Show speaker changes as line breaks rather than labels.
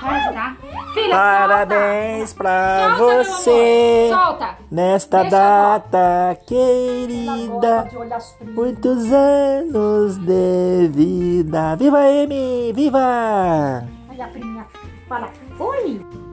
Vai, tá? Filha,
Parabéns pra
solta. Solta, meu
você
amor. Solta.
nesta
Deixa
data
Ela gosta
querida.
de olhar suprimido.
Muitos anos de vida. Viva M! Viva!
Olha a priminha. Fala, oi.